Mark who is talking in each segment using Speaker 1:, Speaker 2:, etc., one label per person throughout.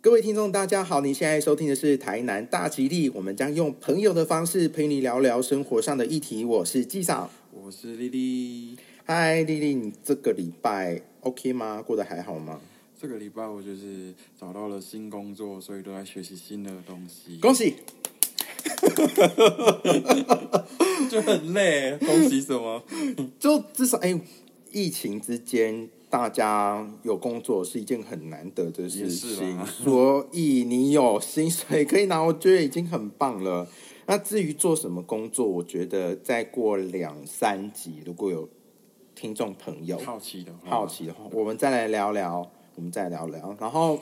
Speaker 1: 各位听众，大家好！您现在收听的是台南大吉利，我们将用朋友的方式陪你聊聊生活上的议题。我是纪长，
Speaker 2: 我是丽丽。
Speaker 1: 嗨，丽丽，你这个礼拜 OK 吗？过得还好吗？
Speaker 2: 这个礼拜我就是找到了新工作，所以都在学习新的东 西，
Speaker 1: 恭喜！
Speaker 2: 就很累。恭喜什么？
Speaker 1: 就至少哎、疫情之间大家有工作是一件很难得的事
Speaker 2: 也是
Speaker 1: 情，
Speaker 2: 啦
Speaker 1: 所以你有薪水可以拿，我觉得已经很棒了。那至于做什么工作，我觉得再过两三集，如果有听众朋友
Speaker 2: 好奇的话，
Speaker 1: 好奇的话，我们再来聊聊，我们再聊聊。然后，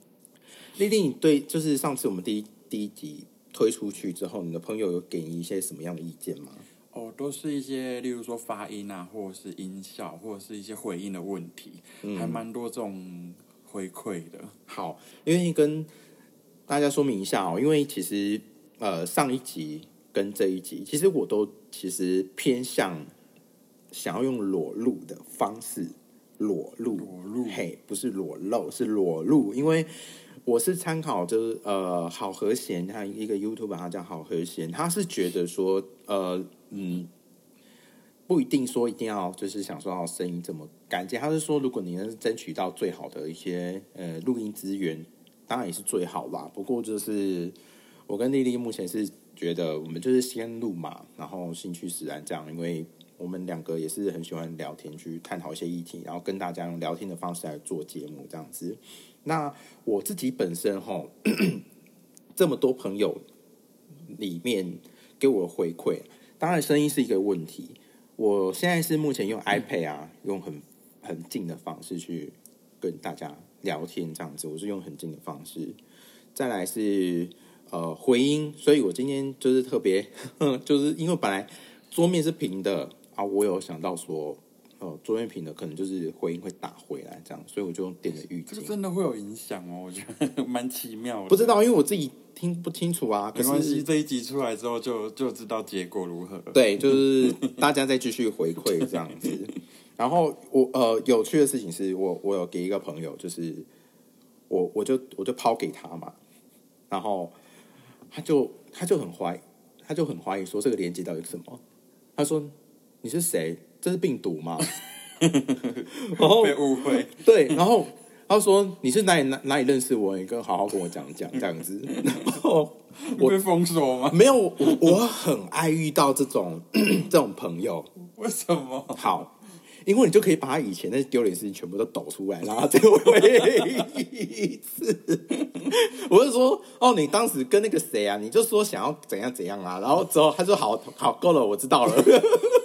Speaker 1: 丽丽，你对就是上次我们第一第一集推出去之后，你的朋友有给你一些什么样的意见吗？
Speaker 2: 哦，都是一些例如说发音啊，或者是音效，或者是一些回应的问题，
Speaker 1: 嗯
Speaker 2: 还蛮多这种回馈的。
Speaker 1: 好，因为跟大家说明一下哦，因为其实呃上一集跟这一集，其实我都其实偏向想要用裸露的方式，裸露，
Speaker 2: 裸露
Speaker 1: 嘿，不是裸露，是裸露，因为。我是参考就是呃好和弦，他一个 YouTube 他叫好和弦，他是觉得说呃嗯不一定说一定要就是享受到声音这么干净，他是说如果你能争取到最好的一些呃录音资源，当然也是最好啦。不过就是我跟丽丽目前是觉得我们就是先录嘛，然后兴趣使然这样，因为我们两个也是很喜欢聊天，去探讨一些议题，然后跟大家用聊天的方式来做节目这样子。那我自己本身吼， 这么多朋友里面给我的回馈，当然声音是一个问题。我现在是目前用 iPad 啊，用很很近的方式去跟大家聊天，这样子，我是用很近的方式。再来是呃回音，所以我今天就是特别， 就是因为本来桌面是平的啊，我有想到说，呃，桌面平的可能就是回音会打回来这样，所以我就点了预
Speaker 2: 这个
Speaker 1: 警。
Speaker 2: 真的会有影响哦，我觉得 蛮奇妙的。
Speaker 1: 不知道，因为我自己听不清楚啊。可
Speaker 2: 没关系，
Speaker 1: 是
Speaker 2: 这一集出来之后就就知道结果如何了。
Speaker 1: 对，就是大家再继续回馈这样 子。然后我呃，有趣的事情是我我有给一个朋友，就是我我就我就抛给他嘛，然后他就他就很怀他就很怀疑说这个连接到底是什么？他说你是谁？这是病毒吗？ 然后
Speaker 2: 被误会，
Speaker 1: 对，然后他说你是哪里哪哪里认识我？你跟好好跟我讲讲这样子。然后我
Speaker 2: 被封锁吗？
Speaker 1: 没有，我我很爱遇到这种 这种朋友。
Speaker 2: 为什么？
Speaker 1: 好，因为你就可以把他以前那些丢脸事情全部都抖出来，然后再回忆一次。 我是说，哦，你当时跟那个谁啊，你就说想要怎样怎样啊，然后之后他说好好够了，我知道了。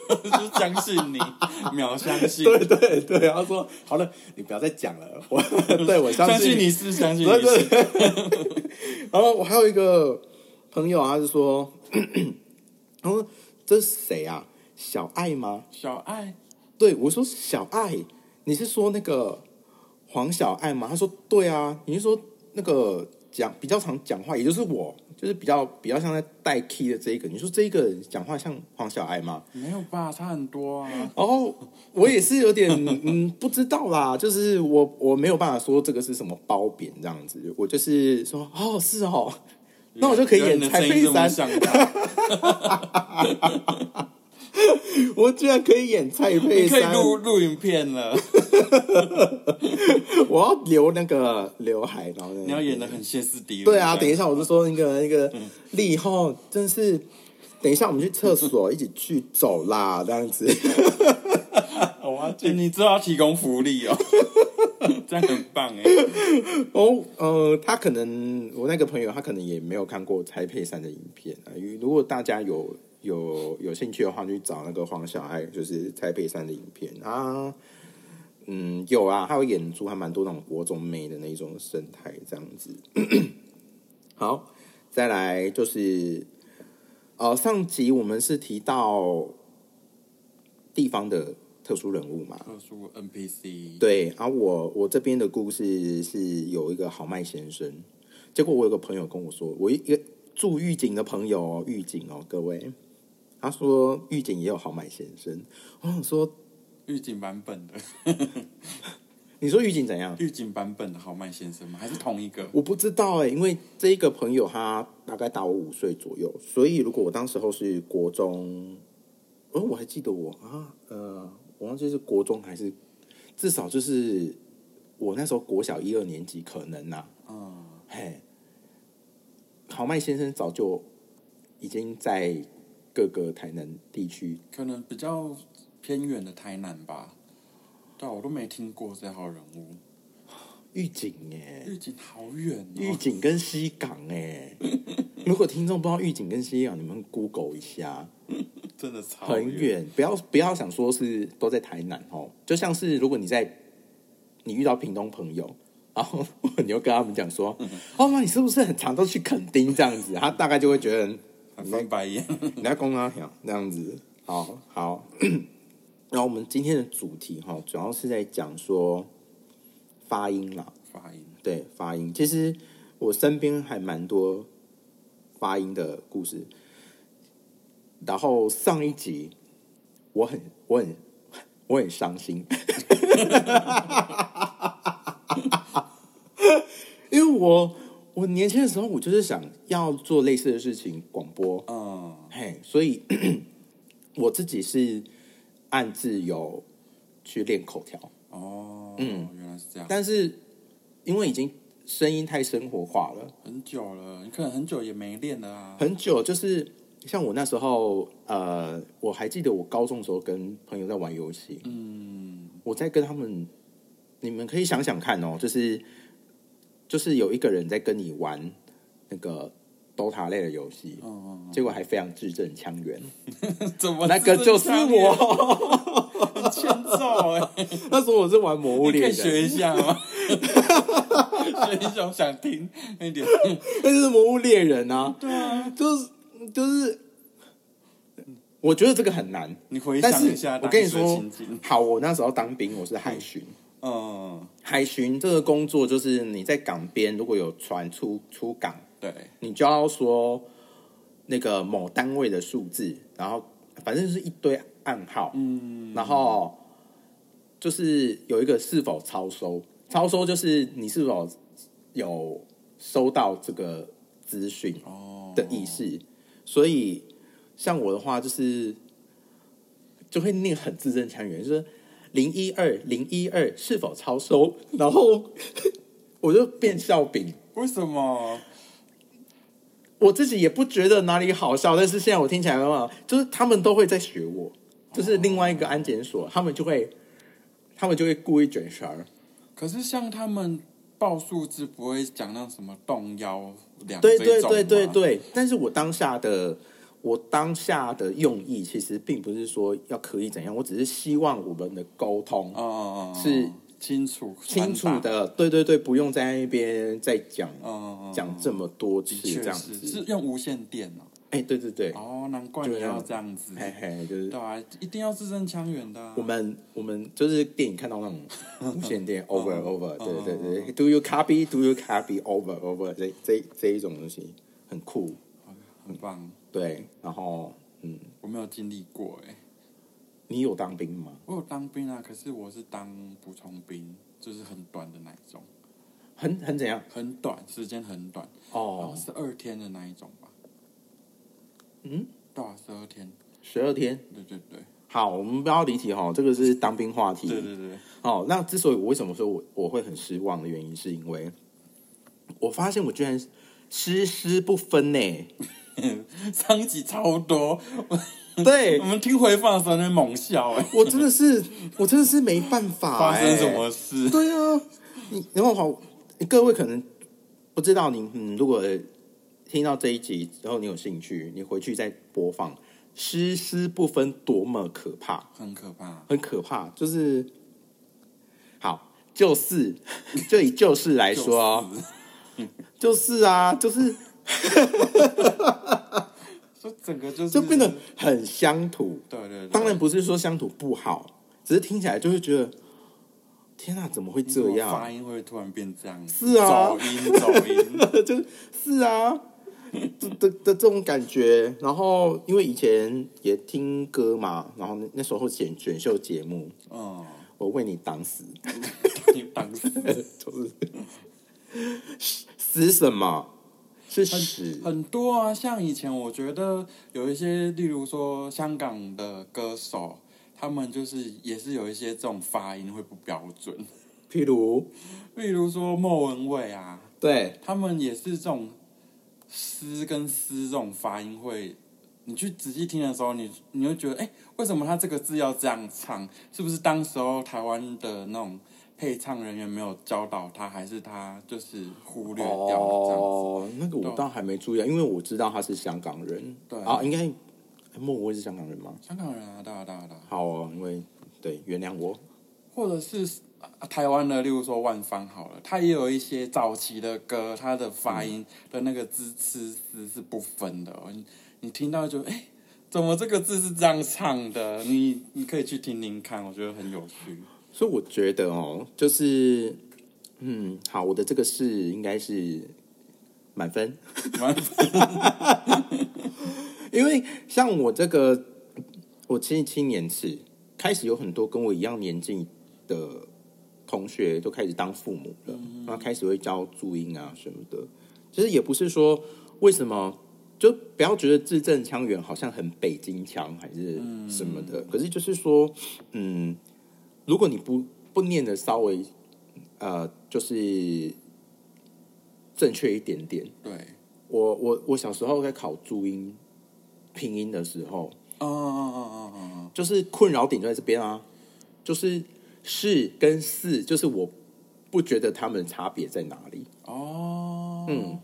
Speaker 2: 就是相信你， 秒相 信，
Speaker 1: 对对对，然后说好了，你不要再讲了， 我对我相
Speaker 2: 相
Speaker 1: 信
Speaker 2: 信你是相信
Speaker 1: 对
Speaker 2: 你是。
Speaker 1: 对。 然后我还有一个朋友啊，他是说， 他说这是谁啊？小爱吗？
Speaker 2: 小爱，
Speaker 1: 对我说小爱，你是说那个黄小爱吗？他说对啊，你是说那个讲比较常讲话，也就是我，就是比较比较像在带 key 的这一个。你说这一个人讲话像黄小爱吗？
Speaker 2: 没有吧？差很多啊。
Speaker 1: 然后我也是有点嗯不知道啦，就是我我没有办法说这个是什么褒贬这样子，我就是说哦是 哦，那我就可以演
Speaker 2: 原
Speaker 1: 蔡
Speaker 2: 来你
Speaker 1: 佩
Speaker 2: 的声音
Speaker 1: 珊，
Speaker 2: 这么像他
Speaker 1: 我居然可以演蔡佩
Speaker 2: 你可以
Speaker 1: 珊，
Speaker 2: 录录影片了。
Speaker 1: 我要留那个刘海，然后呢
Speaker 2: 你要演的很歇斯底里。
Speaker 1: 对啊，等一下我就说那个那个立后真是。等一下，我们去厕所一起去走啦，这样子。
Speaker 2: 我要进，哎你知道要提供福利哦， 这样很棒哎。
Speaker 1: 哦，呃，他可能我那个朋友他可能也没有看过蔡佩珊的影片啊。因为如果大家有有有兴趣的话，就去找那个黄小爱，就是蔡佩珊的影片啊。嗯，有啊，他有演出还蛮多那种国中妹的那种生态这样子。 好，再来就是，呃，上集我们是提到地方的特殊人物嘛，
Speaker 2: 特殊 NPC，
Speaker 1: 对啊，我我这边的故事是有一个豪迈先生，结果我有个朋友跟我说，我一个住狱警的朋友哦，狱警哦，各位，他说狱警也有豪迈先生，我想说
Speaker 2: 预警版本的，
Speaker 1: 你说狱警怎样？
Speaker 2: 预警版本的豪迈先生吗？还是同一个？
Speaker 1: 我不知道哎、因为这一个朋友他大概大我五岁左右，所以如果我当时候是国中，哦，我还记得我啊，呃，我忘记是国中还是至少就是我那时候国小一二年级可能呐、
Speaker 2: 嗯，
Speaker 1: 嘿，豪迈先生早就已经在各个台南地区，
Speaker 2: 可能比较偏远的台南吧。对啊，我都没听过这号人物。
Speaker 1: 预警耶，
Speaker 2: 预警好远
Speaker 1: 预
Speaker 2: 哦，
Speaker 1: 警欸跟西港哎、如果听众不知道预警跟西港，你们 Google 一下，
Speaker 2: 真的超
Speaker 1: 很
Speaker 2: 远。
Speaker 1: 远，不要不要想说是都在台南哦，就像是如果你在你遇到屏东朋友，然后 你又跟他们讲说，哦妈，你是不是很常都去垦丁这样子？他大概就会觉得
Speaker 2: 很翻白眼，
Speaker 1: 你在公他条这样子，好好。 然后我们今天的主题哈，主要是在讲说发音啦，
Speaker 2: 发音
Speaker 1: 对发音。其实我身边还蛮多发音的故事。然后上一集我很我很我很伤心， 因为我我年轻的时候我就是想要做类似的事情，广播，
Speaker 2: 嗯，
Speaker 1: 嘿，所以 我自己是暗自有去练口条，
Speaker 2: 哦，
Speaker 1: 嗯
Speaker 2: 原来是这样。
Speaker 1: 但是因为已经声音太生活化了，
Speaker 2: 很久了，你可能很久也没练 了啊。
Speaker 1: 很久就是像我那时候，呃，我还记得我高中的时候跟朋友在玩游戏，
Speaker 2: 嗯，
Speaker 1: 我在跟他们，你们可以想想看哦，就是就是有一个人在跟你玩那个 DOTA 类的游戏，
Speaker 2: 嗯
Speaker 1: 结果还非常 字正腔圆，
Speaker 2: 怎么
Speaker 1: 那个就是我，
Speaker 2: 很欠揍哎、
Speaker 1: 那时候我是玩魔物
Speaker 2: 你可
Speaker 1: 猎
Speaker 2: 以
Speaker 1: 人。
Speaker 2: 学一下 吗？学一下，我想听那点。
Speaker 1: 那就是《魔物猎人》啊，对啊，就是就是，我觉得这个很难。
Speaker 2: 你回
Speaker 1: 但
Speaker 2: 想一
Speaker 1: 是
Speaker 2: 下，
Speaker 1: 我跟你
Speaker 2: 当时的
Speaker 1: 说
Speaker 2: 情景，
Speaker 1: 好，我那时候当兵，我是海巡，
Speaker 2: 嗯，
Speaker 1: 海巡这个工作就是你在港边如果有船出出港，
Speaker 2: 对，
Speaker 1: 你就要说那个某单位的数字，然后反正就是一堆暗号，
Speaker 2: 嗯，
Speaker 1: 然后就是有一个是否超收，超收就是你是否有收到这个资讯，
Speaker 2: 哦
Speaker 1: 的意，识，所以像我的话就是就会念很字正腔圆，就是零一二零一二是否超收，然后 我就变笑柄，
Speaker 2: 为什么？
Speaker 1: 我自己也不觉得哪里好笑，但是现在我听起来的话，就是他们都会在学我，就是另外一个安检所，他们就会他们就会故意卷舌儿，
Speaker 2: 可是像他们报数字不会讲那什么动摇两
Speaker 1: 对
Speaker 2: 这
Speaker 1: 对
Speaker 2: 一种吗
Speaker 1: 对对，对，但是我当下的我当下的用意其实并不是说要可以怎样，我只是希望我们的沟通
Speaker 2: 嗯，嗯
Speaker 1: 是
Speaker 2: 清楚
Speaker 1: 清楚
Speaker 2: 传达，
Speaker 1: 的，对对对，不用在那边再讲
Speaker 2: 嗯，嗯
Speaker 1: 讲这么多次
Speaker 2: 的
Speaker 1: 这
Speaker 2: 确
Speaker 1: 样
Speaker 2: 是
Speaker 1: 子
Speaker 2: 是，用无线电哦。
Speaker 1: 哎，对对对，
Speaker 2: 哦，难怪
Speaker 1: 就
Speaker 2: 你
Speaker 1: 这样
Speaker 2: 要这样子，
Speaker 1: 嘿嘿，就是
Speaker 2: 对啊，一定要字正腔圆的、啊。
Speaker 1: 我们我们就是电影看到那种无线 电 over
Speaker 2: 嗯
Speaker 1: over，对对
Speaker 2: 嗯
Speaker 1: 对对，do you copy do you copy over over 这这这一种东西很酷，
Speaker 2: 很棒，
Speaker 1: 对，然后嗯，
Speaker 2: 我没有经历过哎、
Speaker 1: 你有当兵吗？
Speaker 2: 我有当兵啊，可是我是当补充兵，就是很短的那一种，
Speaker 1: 很很怎样？
Speaker 2: 很短，时间很短，好
Speaker 1: 哦
Speaker 2: 像，是二天的那一种吧？
Speaker 1: 嗯，
Speaker 2: 对啊，十二天，
Speaker 1: 十二天。
Speaker 2: 对对对，
Speaker 1: 好，我们不要离题哈，这个是当兵话题。
Speaker 2: 对对对，
Speaker 1: 哦，那之所以我为什么说我我会很失望的原因，是因为我发现我居然湿湿不分 呢。
Speaker 2: 上一集超多，
Speaker 1: 对
Speaker 2: 我们听回放的时候在猛笑哎、
Speaker 1: 我真的是，我真的是没办法、
Speaker 2: 发
Speaker 1: 欸。
Speaker 2: 生什？么事？
Speaker 1: 对啊，你然后好，各位可能不知道你，嗯，如果听到这一集之后你有兴趣，你回去再播放，湿湿不分多么可怕。
Speaker 2: 很可怕，
Speaker 1: 很可怕，就是好，就是就以就是来说 哦，就是啊，就是
Speaker 2: 就整个就是
Speaker 1: 就变得很乡土。
Speaker 2: 对对对，
Speaker 1: 当然不是说乡土不好，只是听起来就会觉得，天啊，怎么会
Speaker 2: 你怎
Speaker 1: 这
Speaker 2: 么
Speaker 1: 样
Speaker 2: 发？音会突然变这样，
Speaker 1: 是啊
Speaker 2: 走音走音。
Speaker 1: 是啊，这的的这种感觉。然后因为以前也听 歌嘛，然后那那时候选选秀节目，
Speaker 2: 嗯，
Speaker 1: 我为你挡死，
Speaker 2: 听当死。
Speaker 1: 就是 死什么？是死
Speaker 2: 很多啊，像以前我觉得有一些，例如说香港的歌手，他们就是也是有一些这种发音会不标准，
Speaker 1: 譬如
Speaker 2: 例如说莫文蔚啊，
Speaker 1: 对
Speaker 2: 他们也是这种“诗”跟“思”这种发音会，你去仔细听的时候，你你会觉得，哎、为什么他这个字要这样唱？是不是当时候台湾的那种配唱人员没有教导他，还是他就是忽略掉这样子？
Speaker 1: 哦，那个我倒还没注意，啊，因为我知道他是香港人。
Speaker 2: 对
Speaker 1: 啊，应该莫文蔚是香港人吗？
Speaker 2: 香港人啊，对啊，对啊，对啊，
Speaker 1: 好哦，因为对，原谅我。
Speaker 2: 或者是啊台湾的，例如说万芳好了，他也有一些早期的歌，他的发音的那个字词词是不分的、哦，你你听到就哎、诶怎么这个字是这样唱的？你你可以去听听看，我觉得很有趣。
Speaker 1: 所以我觉得哦，就是嗯，好，我的这个是应该是满分，因为像我这个，我七七年次开始有很多跟我一样年纪的同学都开始当父母了，然后开始会教注音啊什么的。其实也不是说为什么。就不要觉得字正腔圆，好像很北京腔还是什么的。可是就是说，嗯，如果你不不念的稍微呃，就是正确一点点。
Speaker 2: 对，
Speaker 1: 我我我小时候在考注音拼音的时候，
Speaker 2: 哦哦哦哦哦，
Speaker 1: 就是困扰点就在这边啊，就是是跟是，就是我不觉得他们的差别在哪里。
Speaker 2: 哦，嗯，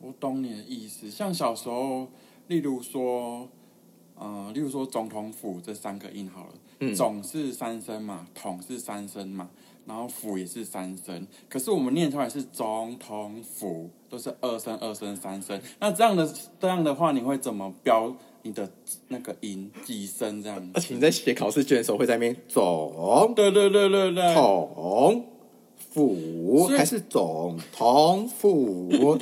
Speaker 2: 我懂你的意思。像小时候，例如说，呃，例如说总统府这三个音好了，总是三声嘛，统是三声嘛，然后府也是三声，可是我们念出来是总统府，都是二声、二声、三声。那这样的这样的话，你会怎么标你的那个音几声这样
Speaker 1: 而？且你在写考试卷的时候会在那边总
Speaker 2: 对对对对对，
Speaker 1: 哦统府
Speaker 2: 所以
Speaker 1: 还是总统府，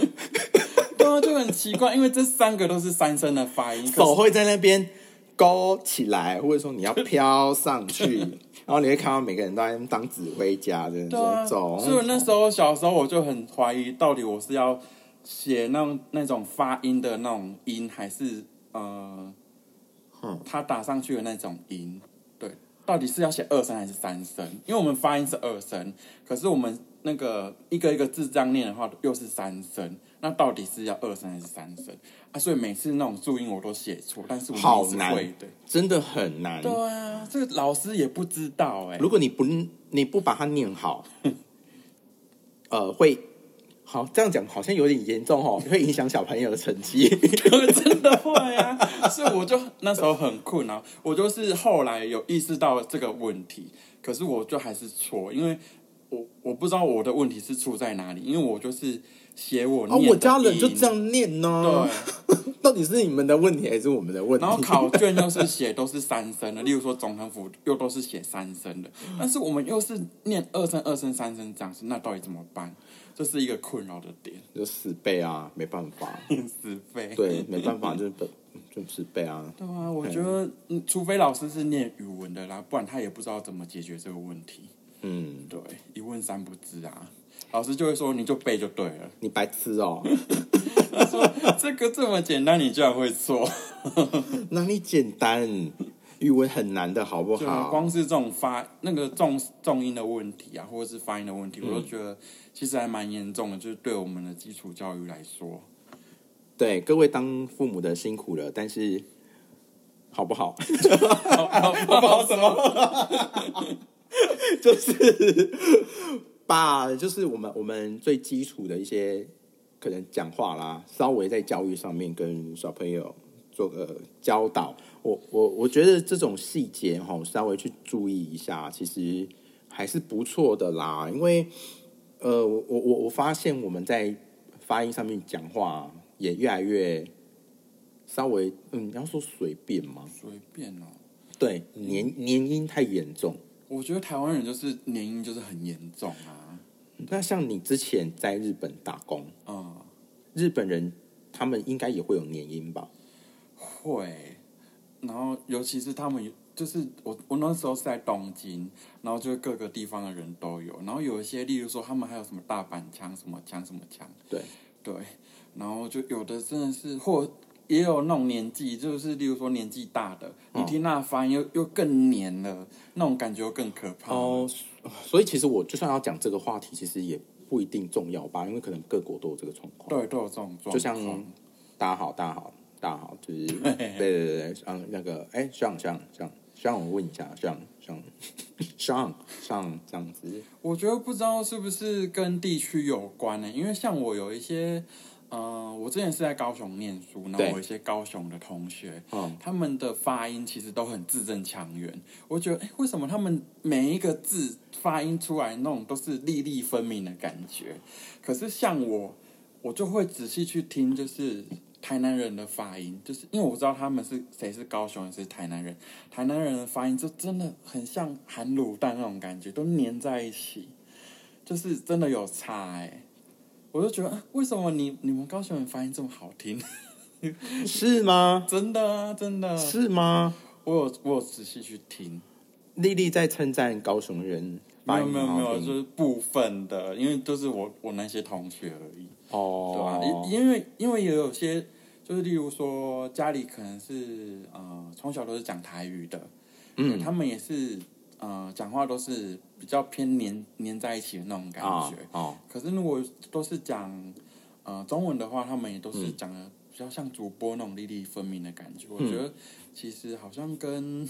Speaker 2: 对啊，就很奇怪，因为这三个都是三声的发音，可是
Speaker 1: 手会在那边勾起来，或者说你要飘上 去，然后你会看到每个人都在那边当指挥家，真
Speaker 2: 对啊，
Speaker 1: 的总
Speaker 2: 所以我那时候小时候我就很怀疑，到底我是要写那种那种发音的那种音，还是呃，他打上去的那种音？对，到底是要写二声还是三声？因为我们发音是二声，可是我们那个一个一个字这样念的话，又是三声。那到底是要二声还是三声啊？所以每次那种注音我都写错，但是我
Speaker 1: 好
Speaker 2: 们是
Speaker 1: 难
Speaker 2: 会的。
Speaker 1: 真的很难。
Speaker 2: 对啊，这个老师也不知道哎、
Speaker 1: 如果你不你不把它念 好，呃，会好这样讲好像有点严重哦，会影响小朋友的成 绩。
Speaker 2: 真的会啊！ 所以我就那时候很困扰，我就是后来有意识到这个问题，可是我就还是错，因为我我不知道我的问题是出在哪里，因为我就是写我
Speaker 1: 哦
Speaker 2: 念、，
Speaker 1: 我家人就这。样念呢、
Speaker 2: 对，
Speaker 1: 到底是你们的问题还是我们的问题？
Speaker 2: 然后考卷又是写都是三声的，例如说总统府又都是写三声的，但是我们又是念二声、二声、三声这样子，那到底怎么办？这是一个困扰的点，
Speaker 1: 就死背啊，没办法，
Speaker 2: 是非。
Speaker 1: 对，没办法，就是本就死背啊。
Speaker 2: 对啊，我觉得，嗯除非老师是念语文的啦，不然他也不知道怎么解决这个问题。
Speaker 1: 嗯，
Speaker 2: 对，一问三不知啊，老师就会说你就背就对了。
Speaker 1: 你白痴哦，
Speaker 2: 他说这个这么简单，你居然会错，
Speaker 1: 哪里简单？语文很难的好不
Speaker 2: 就
Speaker 1: 好？
Speaker 2: 光是这种发那个重重音的问题啊，或者是发音的问题，我都觉得其实还蛮严重的，就是对我们的基础教育来说，
Speaker 1: 对，各位当父母的辛苦了，但是好不好？
Speaker 2: 不好什么？
Speaker 1: 就是把就是我们我们最基础的一些可能讲话啦，稍微在教育上面跟小朋友做个呃教导。我我我觉得这种细节哈，稍微去注意一下，其实还是不错的啦。因为呃，我我我我发现我们在发音上面讲话啊也越来越稍微嗯，你要说随便吗？
Speaker 2: 随便哦。
Speaker 1: 对，年年音太严重。
Speaker 2: 我觉得台湾人就是年音就是很严重啊，
Speaker 1: 那像你之前在日本打工，
Speaker 2: 嗯。
Speaker 1: 日本人他们应该也会有年音吧？
Speaker 2: 会，然后尤其是他们就是我我那时候是在东京，然后就是各个地方的人都有，然后有一些，例如说他们还有什么大阪腔、什么腔、什么腔，
Speaker 1: 对
Speaker 2: 对，然后就有的真的是或。也有那种年纪，就是例如说年纪大的，
Speaker 1: 嗯
Speaker 2: 你听那发音又又更黏了，那种感觉又更可怕。
Speaker 1: 哦，所以其实我就算要讲这个话题，其实也不一定重要吧，因为可能各国都有这个状况。
Speaker 2: 对，都有这种状况。
Speaker 1: 就像大家好，大家好，大家好， 就是对对对对，嗯，那个哎，上上上上，我问一下，上 上上上这样子，
Speaker 2: 我觉得不知道是不是跟地区有关呢、因为像我有一些，呃，我之前是在高雄念书，然后
Speaker 1: 对
Speaker 2: 我有一些高雄的同学，
Speaker 1: 嗯，
Speaker 2: 他们的发音其实都很字正腔圆。我觉得，哎、为什么他们每一个字发音出来那种都是粒粒分明的感觉？可是像我，我就会仔细去听，就是台南人的发音，就是因为我知道他们是谁是高雄人，谁是台南人。台南人的发音就真的很像含卤蛋那种感觉，都粘在一起，就是真的有差哎、我就觉得，啊为什么你你们高雄人发音这么好听？
Speaker 1: 是吗？
Speaker 2: 真的啊，真的。
Speaker 1: 是吗？
Speaker 2: 我有我有仔细去听，
Speaker 1: 丽丽在称赞高雄人
Speaker 2: 没
Speaker 1: 发
Speaker 2: 有
Speaker 1: 音
Speaker 2: 没有
Speaker 1: 很好
Speaker 2: 没有，
Speaker 1: 听
Speaker 2: 就是部分的，因为都是我我那些同学而已，对吧、
Speaker 1: 哦，
Speaker 2: 因因为因为也有些就是例如说家里可能是呃从小都是讲台语的，
Speaker 1: 嗯
Speaker 2: 他们也是呃讲话都是比较偏黏黏在一起的那种感
Speaker 1: 啊
Speaker 2: 觉。
Speaker 1: 哦，
Speaker 2: 可是如果都是讲呃中文的话，他们也都是
Speaker 1: 嗯
Speaker 2: 讲的比较像主播那种粒粒分明的感觉。我觉得其实好像跟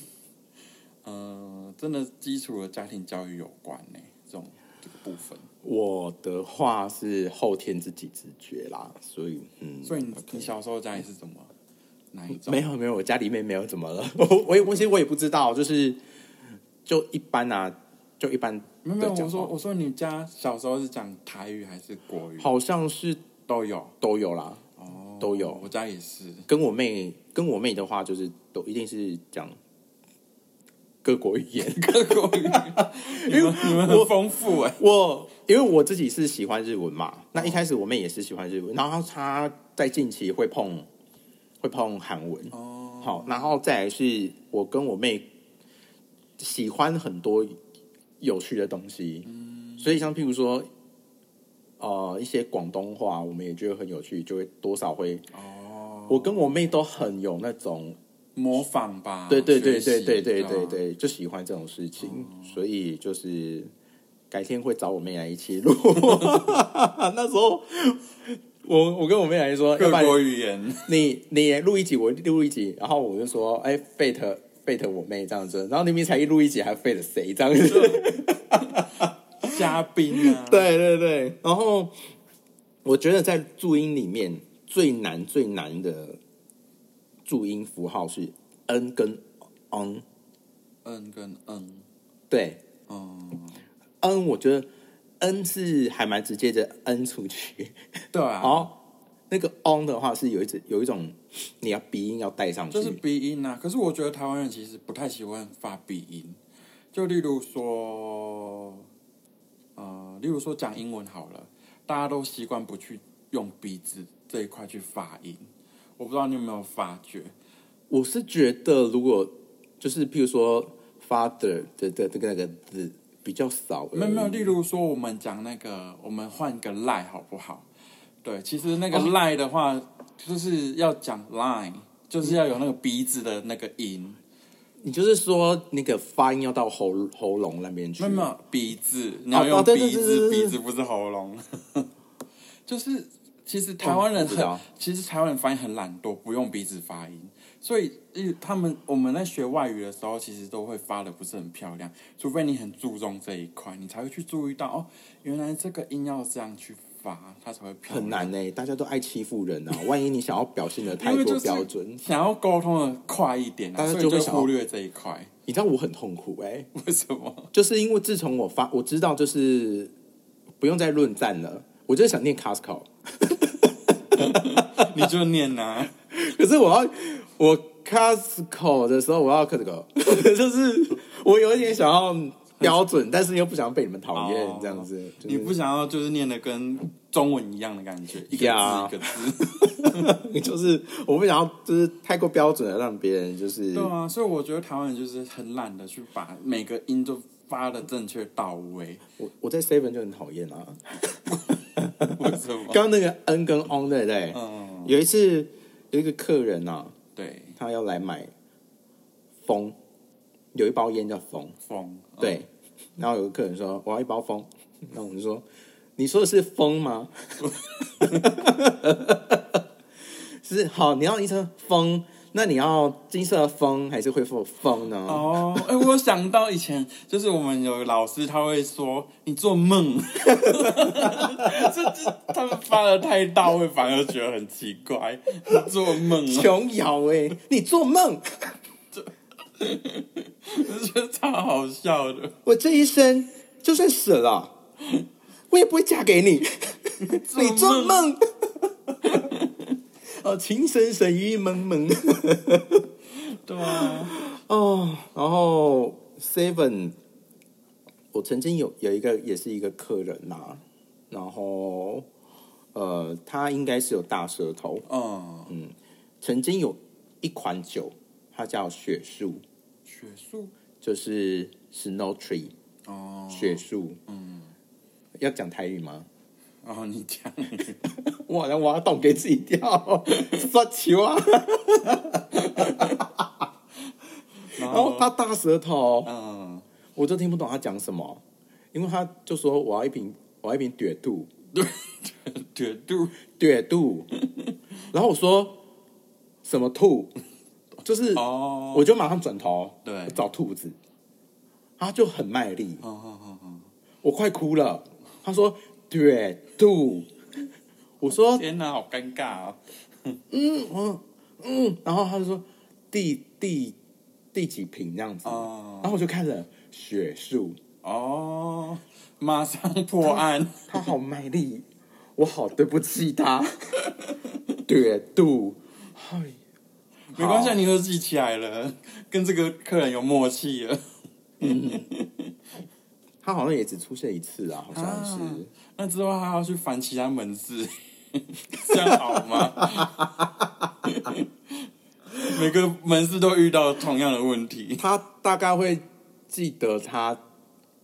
Speaker 2: 呃真的基础的家庭教育有关呢、这种这个部分。
Speaker 1: 我的话是后天自己自觉啦，所以嗯，
Speaker 2: 所以你
Speaker 1: OK
Speaker 2: 你小时候家里是怎么哪一种？
Speaker 1: 没有没有，我家里面没有怎么了， 我我也我其实我也不知道，就是就一般啊，就一般
Speaker 2: 没有没有，
Speaker 1: 对讲
Speaker 2: 我说
Speaker 1: 话
Speaker 2: 我说你家小时候是讲台语还是国语？
Speaker 1: 好像是
Speaker 2: 都有
Speaker 1: 都有啦，
Speaker 2: 哦，
Speaker 1: 都有
Speaker 2: 我家 也是，
Speaker 1: 跟我妹跟我妹的话，就是都一定是讲各国语言。
Speaker 2: 各国语，你们你们很丰富哎、
Speaker 1: 我因为我自己是喜欢日文嘛，那一开始我妹也是喜欢日文，然后她在近期会碰会碰韩文，
Speaker 2: 哦，
Speaker 1: 好，然后再来是我跟我妹喜欢很多有趣的东西，
Speaker 2: 嗯
Speaker 1: 所以像譬如说。呃，一些广东话我们也觉得很有趣，就会多少会。
Speaker 2: 哦，
Speaker 1: 我跟我妹都很有那种
Speaker 2: 模仿吧，
Speaker 1: 对对对对
Speaker 2: 学习嗯哦
Speaker 1: 对对对，
Speaker 2: 吧
Speaker 1: 对，就喜欢这种事情，所以就是改天会找我妹来一起 录。 那时候我我跟我妹来说，要不
Speaker 2: 各
Speaker 1: 然
Speaker 2: 国语言，
Speaker 1: 你你也录一集，我录一集，然后我就说，哎，fate fate 我妹这样子，然后明明才一录一集，还 fate 谁这样子？
Speaker 2: 嘉宾啊，
Speaker 1: 对对对，然后我觉得在注音里面最难最难的注音符号是 n 跟 on，
Speaker 2: 嗯跟嗯
Speaker 1: 对。
Speaker 2: 嗯，
Speaker 1: 嗯，我觉得嗯是还蛮直接的嗯出去，
Speaker 2: 对啊，
Speaker 1: 然后那个 on 的话是有一种有一种你要鼻音要带上去，
Speaker 2: 就是鼻音啊。可是我觉得台湾人其实不太喜欢发鼻音，就例如说，呃，例如说讲英文好了，大家都习惯不去用鼻子这一块去发音。我不知道你有没有发觉，
Speaker 1: 我是觉得如果就是譬如说 father 的的这个那个字比较少而已，
Speaker 2: 没有没有，例如说我们讲那个，我们换个 line 好不好？对，其实那个 line 的话，就是要讲 line，就是要有那个鼻子的那个音，
Speaker 1: 你就是说那个发音要到喉喉咙那边去，
Speaker 2: 没有没有鼻子，你要
Speaker 1: 哦
Speaker 2: 用
Speaker 1: 对对
Speaker 2: 鼻
Speaker 1: 对
Speaker 2: 子，
Speaker 1: 对对
Speaker 2: 鼻子不是喉咙。 就是其实台湾人
Speaker 1: 哦我知
Speaker 2: 很
Speaker 1: 道，
Speaker 2: 其实台湾人发音很懒惰，不用鼻子发音，所以呃他们我们在学外语的时候，其实都会发的不是很漂亮，除非你很注重这一块，你才会去注意到哦，原来这个音要这样去发，它才会漂亮。
Speaker 1: 很难呢、欸大家都爱欺负人啊，万一你想要表现的太
Speaker 2: 因为就
Speaker 1: 过
Speaker 2: 是
Speaker 1: 标准，
Speaker 2: 想要沟通的快一点、啊，
Speaker 1: 大家
Speaker 2: 所以
Speaker 1: 就会
Speaker 2: 就
Speaker 1: 想要
Speaker 2: 忽略这一块。
Speaker 1: 你知道我很痛苦哎、
Speaker 2: 为什么？
Speaker 1: 就是因为自从我发我知道就是不用再论战了，我就想念 Costco，
Speaker 2: 你就念啊，
Speaker 1: 可是我要 我 Costco 的时候，我要 Costco，就是我有一点想要标准，但是又不想被你们讨厌，
Speaker 2: 哦
Speaker 1: 这样子。就是
Speaker 2: 你不想要就是念的跟中文一样的 感觉，一
Speaker 1: 呀
Speaker 2: 个字一个字。
Speaker 1: 你 就是我不想要，就是太过标准的让别人就是
Speaker 2: 对啊，所以我觉得台湾人就是很懒得去把每个音都发的正确到位。
Speaker 1: 我我在 seven 就很讨厌
Speaker 2: 哦
Speaker 1: 啊。
Speaker 2: 为什么？
Speaker 1: 刚刚那个 n 跟 on 对不对？
Speaker 2: 嗯，
Speaker 1: 有一次有一个客人啊，
Speaker 2: 对，
Speaker 1: 他要来买风，有一包烟叫风，
Speaker 2: 风，嗯
Speaker 1: 对。然后有个客人说我要一包风，那我们就说你说的是风吗？ 是好，你要一车风，那你要金色的风还是恢复风呢？
Speaker 2: 哦，哎、我想到以前就是我们有老师他会说你做梦， 这这他们发的太到位，反而觉得很奇怪，你做 梦啊，
Speaker 1: 琼瑶哎，你做梦！
Speaker 2: 我 觉得超好笑的，
Speaker 1: 我这一生就算死了，我也不会嫁给你。你 做梦！ 哦，情深深雨蒙蒙
Speaker 2: 对啊，
Speaker 1: 哦。然后 Seven，我曾经有有一个也是一个客人呐、然后呃，他应该是有大舌头，
Speaker 2: 嗯，
Speaker 1: 曾经有一款酒，它叫雪树，
Speaker 2: 学术，
Speaker 1: 就是 Snow Tree
Speaker 2: 哦，
Speaker 1: 雪树。嗯，要讲台语吗？
Speaker 2: 然后哦你讲，
Speaker 1: 我好像挖洞给自己 跳，刷球啊！
Speaker 2: 然
Speaker 1: 然后
Speaker 2: 后，
Speaker 1: 他大舌头，
Speaker 2: 嗯，
Speaker 1: 我就听不懂他讲什么，因为他就说我要一瓶，我要一瓶瘪肚，
Speaker 2: 绝度，
Speaker 1: 瘪 肚，然后我说什么兔， 就是
Speaker 2: 哦，
Speaker 1: 我就马上转头
Speaker 2: 对，
Speaker 1: 找兔子，他就很卖力，
Speaker 2: 哦哦哦哦，
Speaker 1: 我快哭了。他说瘪肚， 我 说
Speaker 2: 天哪，好尴尬哦，
Speaker 1: 嗯，然后他就说第第第几瓶这样子，然
Speaker 2: 哦
Speaker 1: 后我就看着雪树，
Speaker 2: 哦，马上破案，
Speaker 1: 他好卖力，我好对不起他， 对度，哎，
Speaker 2: 没关系
Speaker 1: 好
Speaker 2: 啊，你都记起来了，跟这个客人有默契了。
Speaker 1: 他好像也只出现一次啊，好像是，
Speaker 2: 啊那之后他要去烦其他门市， 这样好吗？ 每个门市都遇到同样的问题。
Speaker 1: 他大概会记得他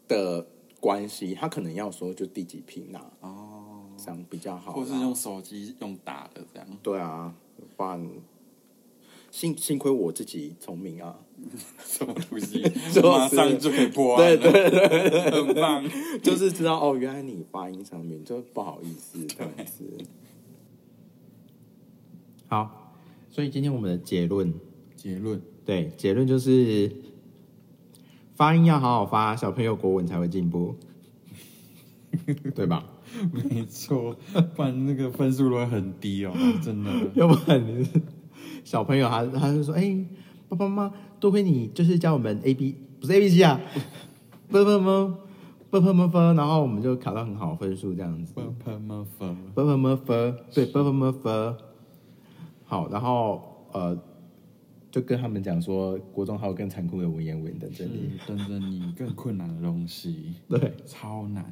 Speaker 1: 的关系，他可能要说就第几瓶啊，
Speaker 2: 哦，
Speaker 1: 这样比较好啦，
Speaker 2: 或是用手机用打的这样，
Speaker 1: 对啊，不然幸幸亏我自己聪明啊，
Speaker 2: 什么 东西
Speaker 1: 是，
Speaker 2: 马上就可以破案了，
Speaker 1: 对
Speaker 2: 很棒。
Speaker 1: 就是知道哦，原来你发音上面就不好意思这样子。 好，所以今天我们的结论，
Speaker 2: 结论
Speaker 1: 对，结论就是发音要好好发，小朋友国文才会进 步，对吧？
Speaker 2: 没错，不然那个分数都会很低哦， 真的。
Speaker 1: 要不然你是小朋友他他就说，哎、爸爸妈妈，多亏你就是教我们 A B 不是 A B C 啊，不不不不不不不，然后我们就考到很好的分数这样子。
Speaker 2: 不喷吗？分
Speaker 1: 啵啵么啵，对，啵啵么啵。好，然后呃，就跟他们讲说，国中还有更残酷的文言文等着
Speaker 2: 是
Speaker 1: 你。
Speaker 2: 等着你更困难的东西，
Speaker 1: 对，
Speaker 2: 超难。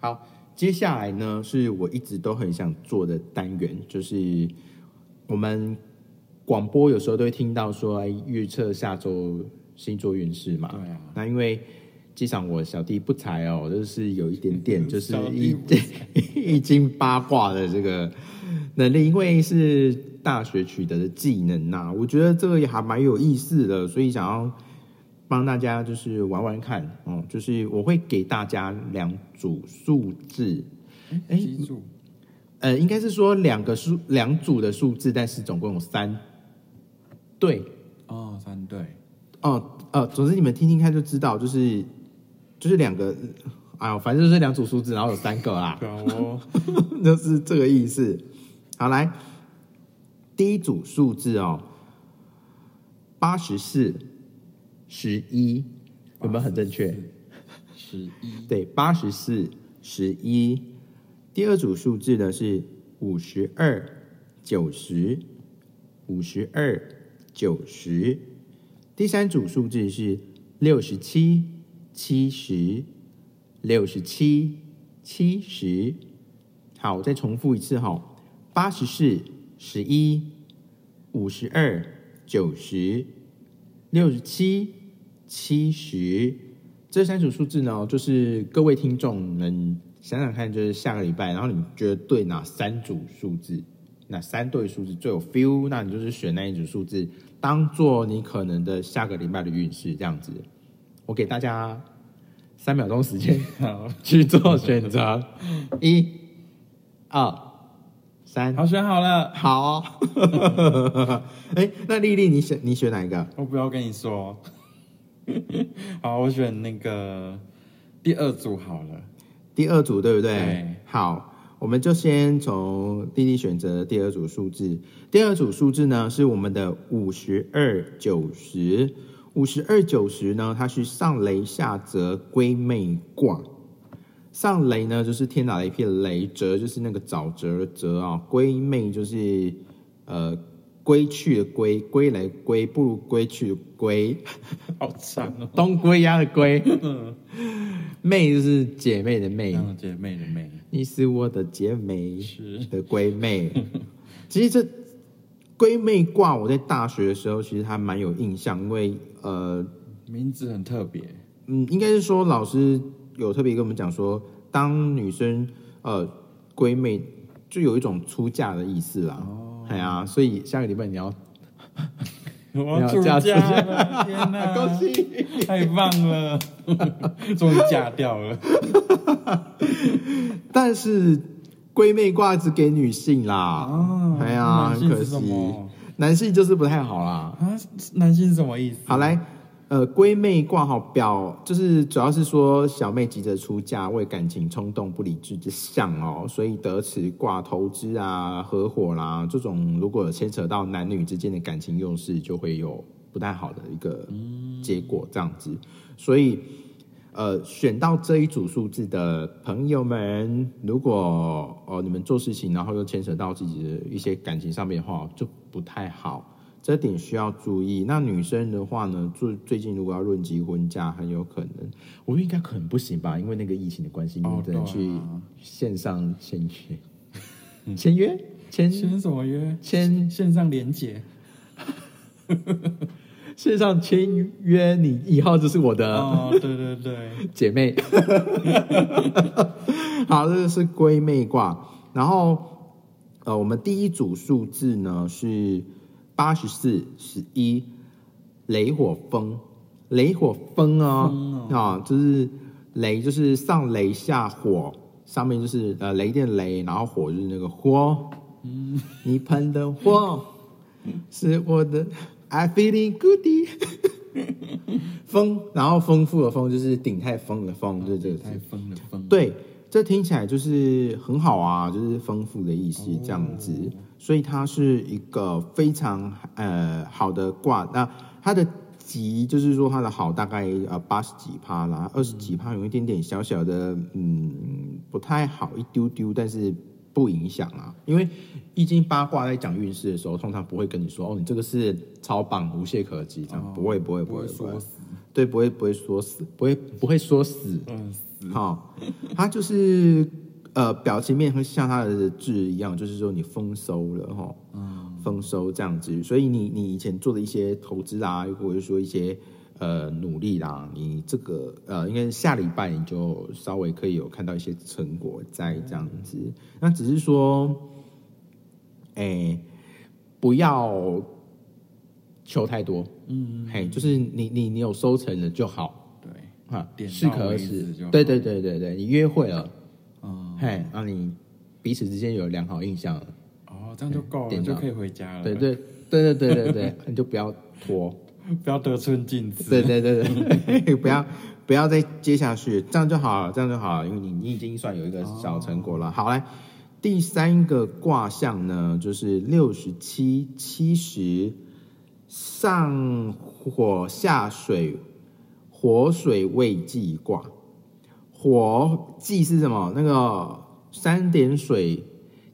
Speaker 1: 好，接下来呢是我一直都很想做的单元，就是我们广播有时候都会听到说哎预测下周星座运势嘛。
Speaker 2: 对啊
Speaker 1: 那因为。机场我小弟不才哦，就是有一点点，就是
Speaker 2: 小弟
Speaker 1: 易
Speaker 2: 不
Speaker 1: 易经八卦的这个能力，因为是大学取得的技能呐、我觉得这个也还蛮有意思的，所以想要帮大家就是玩玩看哦、就是我会给大家两组数字，哎
Speaker 2: 记住，
Speaker 1: 呃，应该是说两个数两组的数字，但是总共有三对
Speaker 2: 哦，三对，
Speaker 1: 哦呃，总之你们听听看就知道，就是就是两个，哎呦，反正就是两组数字，然后有三个啦。
Speaker 2: 搞哦，
Speaker 1: 就是这个意思。好，来第一组数字哦，八十四、十一，有没有很正确？
Speaker 2: 十一，
Speaker 1: 对，八十四、十一。第二组数字呢是五十二、九十、五十二、九十。第三组数字是六十七、七十、六十七、七十。好，我再重复一次哈、哦，八十四、十一、五十二、九十、六十七、七十。这三组数字呢，就是各位听众们想想看，就是下个礼拜，然后你们觉得对哪三组数字，哪三对数字最有 feel，那你就是选那一组数字，当做你可能的下个礼拜的运势这样子。我给大家三秒钟时间去做选择，一、二、三，
Speaker 2: 好，选好了，
Speaker 1: 好哦。 哎、那丽丽，你选你选哪一个？
Speaker 2: 我不要跟你说。哦 好，我选那个第二组好了。
Speaker 1: 第二组对不对？
Speaker 2: 对
Speaker 1: 好，我们就先从弟弟选择第二组数字。第二组数字呢是我们的五十二九十，五十二九十呢，它是上雷下泽归妹卦。上雷呢就是天打雷劈的雷，泽就是那个沼泽的泽啊，归妹就是呃归去的归，归来归不如归去的归。
Speaker 2: 好长哦，
Speaker 1: 东归鸭的归，妹就是姐妹的妹，
Speaker 2: 嗯，姐妹的妹
Speaker 1: 你是我的姐妹
Speaker 2: 是
Speaker 1: 的闺妹。其实这闺妹卦，我在大学的时候其实还蛮有印象，因为呃，
Speaker 2: 名字很特别，
Speaker 1: 嗯，应该是说老师有特别跟我们讲说，当女生呃闺妹就有一种出嫁的意思啦。哦，哎呀、所以下个礼拜你要
Speaker 2: 我
Speaker 1: 你
Speaker 2: 要
Speaker 1: 要
Speaker 2: 出
Speaker 1: 嫁
Speaker 2: 嫁
Speaker 1: 出
Speaker 2: 了，天 哪，
Speaker 1: 啊恭喜。
Speaker 2: 太棒了， 终于嫁掉了。
Speaker 1: 但是闺妹卦只给女性啦，哎呀，
Speaker 2: 哦男
Speaker 1: 很
Speaker 2: 性
Speaker 1: 可
Speaker 2: 是什
Speaker 1: 惜，
Speaker 2: 么
Speaker 1: 男性就是不太好啦。
Speaker 2: 啊？男性是什么意思？
Speaker 1: 好来，呃，闺妹卦好表就是主要是说小妹急着出嫁，为感情冲动不理智之象哦，所以得此卦投资啊、合伙啦这种，如果有牵扯到男女之间的感情用事，就会有不太好的一个结果这样子。所以，呃，选到这一组数字的朋友们，如果哦、你们做事情，然后又牵扯到自己的一些感情上面的话，就不太好。这点需要注意。那女生的话呢，最最近如果要论及婚嫁，很有可能，我觉得应该可能不行吧，因为那个疫情的关系，你
Speaker 2: 哦
Speaker 1: 们只能
Speaker 2: 对
Speaker 1: 去
Speaker 2: 啊
Speaker 1: 线上签约、签约、签
Speaker 2: 嗯签什么约？
Speaker 1: 签
Speaker 2: 线上连结
Speaker 1: 线上签约，你以后就是我的。
Speaker 2: 哦，对对对，
Speaker 1: 姐妹。 好，这个是闺妹卦。然后，呃，我们第一组数字呢是八十四十一，雷火风，雷火风啊、啊，就是雷就是上雷下火，上面就是呃雷电雷，然后火就是那个火，你喷的火是我的，I feeling goody。风，然后丰富的丰就是鼎泰丰的丰，对对对
Speaker 2: 太疯了疯。
Speaker 1: 对，这听起来就是很好啊，就是丰富的意思这样子，
Speaker 2: 哦
Speaker 1: 所以它是一个非常呃好的卦。那它的吉就是说它的好大概呃八十几趴啦，二十几趴有一点点小小的嗯不太好一丢丢，但是。不影响啊，因为易经八卦在讲运势的时候，通常不会跟你说哦，你这个是超棒，无懈可击这样，不会不会不会不
Speaker 2: 哦不会
Speaker 1: 会
Speaker 2: 说，死，
Speaker 1: 对，不会不会说死，不会不会说死，
Speaker 2: 嗯，
Speaker 1: 好，他就是呃，表情面会像他的字一样，就是说你丰收了哈，丰收这样子。所以你你以前做的一些投资啊，或者说一些呃努力啦、你这个呃，应该是下礼拜你就稍微可以有看到一些成果在这样子。那只是说，哎、不要求太多，嗯，嘿，就是你你你有收成了就好。
Speaker 2: 对，
Speaker 1: 啊，
Speaker 2: 点
Speaker 1: 适
Speaker 2: 到
Speaker 1: 可而
Speaker 2: 为
Speaker 1: 止
Speaker 2: 止就。好
Speaker 1: 对对对对对，你约会了，
Speaker 2: 嗯，
Speaker 1: 嘿，让你彼此之间有良好印象了。
Speaker 2: 哦，这样就够了，
Speaker 1: 点到
Speaker 2: 就可以回家了。
Speaker 1: 对对对对对对对，你就不要拖。
Speaker 2: 不要得寸进尺。
Speaker 1: 对对对对， 不要不要再接下去，这样就好了，这样就好了，因为你你已经算有一个小成果了。好来，第三个卦象呢，就是六十七七十，上火下水，火水未济卦。火济是什么？那嗯个三点水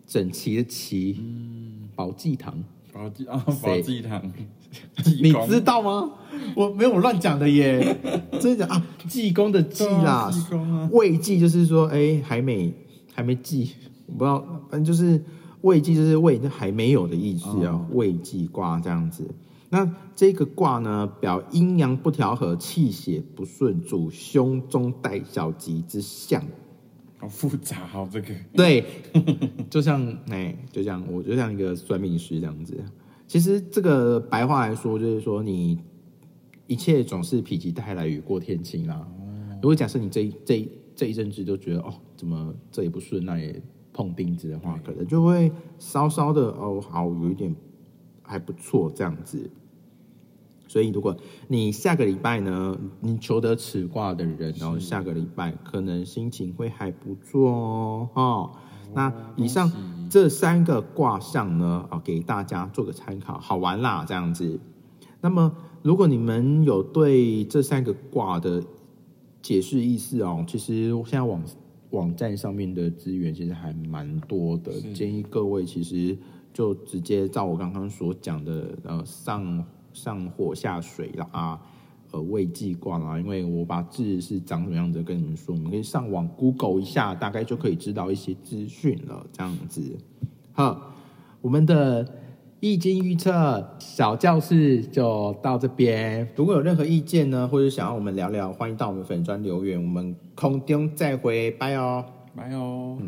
Speaker 1: 整齐的齐，宝济堂。
Speaker 2: 宝鸡啊，宝鸡堂，
Speaker 1: 你
Speaker 2: 济公
Speaker 1: 知道吗？我没有乱讲的 耶，真的啊，济公的济
Speaker 2: 对
Speaker 1: 啦
Speaker 2: 啊，济公啊，
Speaker 1: 未济就是说，哎、还没还没济，我不知道，反正就是未济就是未还没有的意思啊
Speaker 2: 哦，
Speaker 1: 未济卦这样子。那这个卦呢，表阴阳不调和，气血不顺，主胸中带小吉之象。
Speaker 2: 好复杂哦，这个
Speaker 1: 对，就像哎、就像我就像一个算命师这样子。其实这个白话来说，就是说你一切总是否极泰来，雨过天晴啦。如果假设你这一这一这一阵子都觉得哦，怎么这也不顺，那也碰钉子的话，可能就会稍稍的哦，好有一点还不错这样子。所以，如果你下个礼拜呢，你求得此卦的人哦，下个礼拜可能心情会还不错哦。哦，那以上这三个卦象呢，啊、给大家做个参考，好玩啦，这样子。那么，如果你们有对这三个卦的解释意思哦，其实现在网网站上面的资源其实还蛮多的，
Speaker 2: 是
Speaker 1: 建议各位其实就直接照我刚刚所讲的，呃，上上火下水啦，啊，呃，未记卦啦，因为我把字是长什么样子跟你们说，我们可以上网 Google 一下，大概就可以知道一些资讯了，这样子。好，我们的易经预测小教室就到这边。如果有任何意见呢，或者想要我们聊聊，欢迎到我们粉专留言。我们空中再会，拜哦。
Speaker 2: 没有。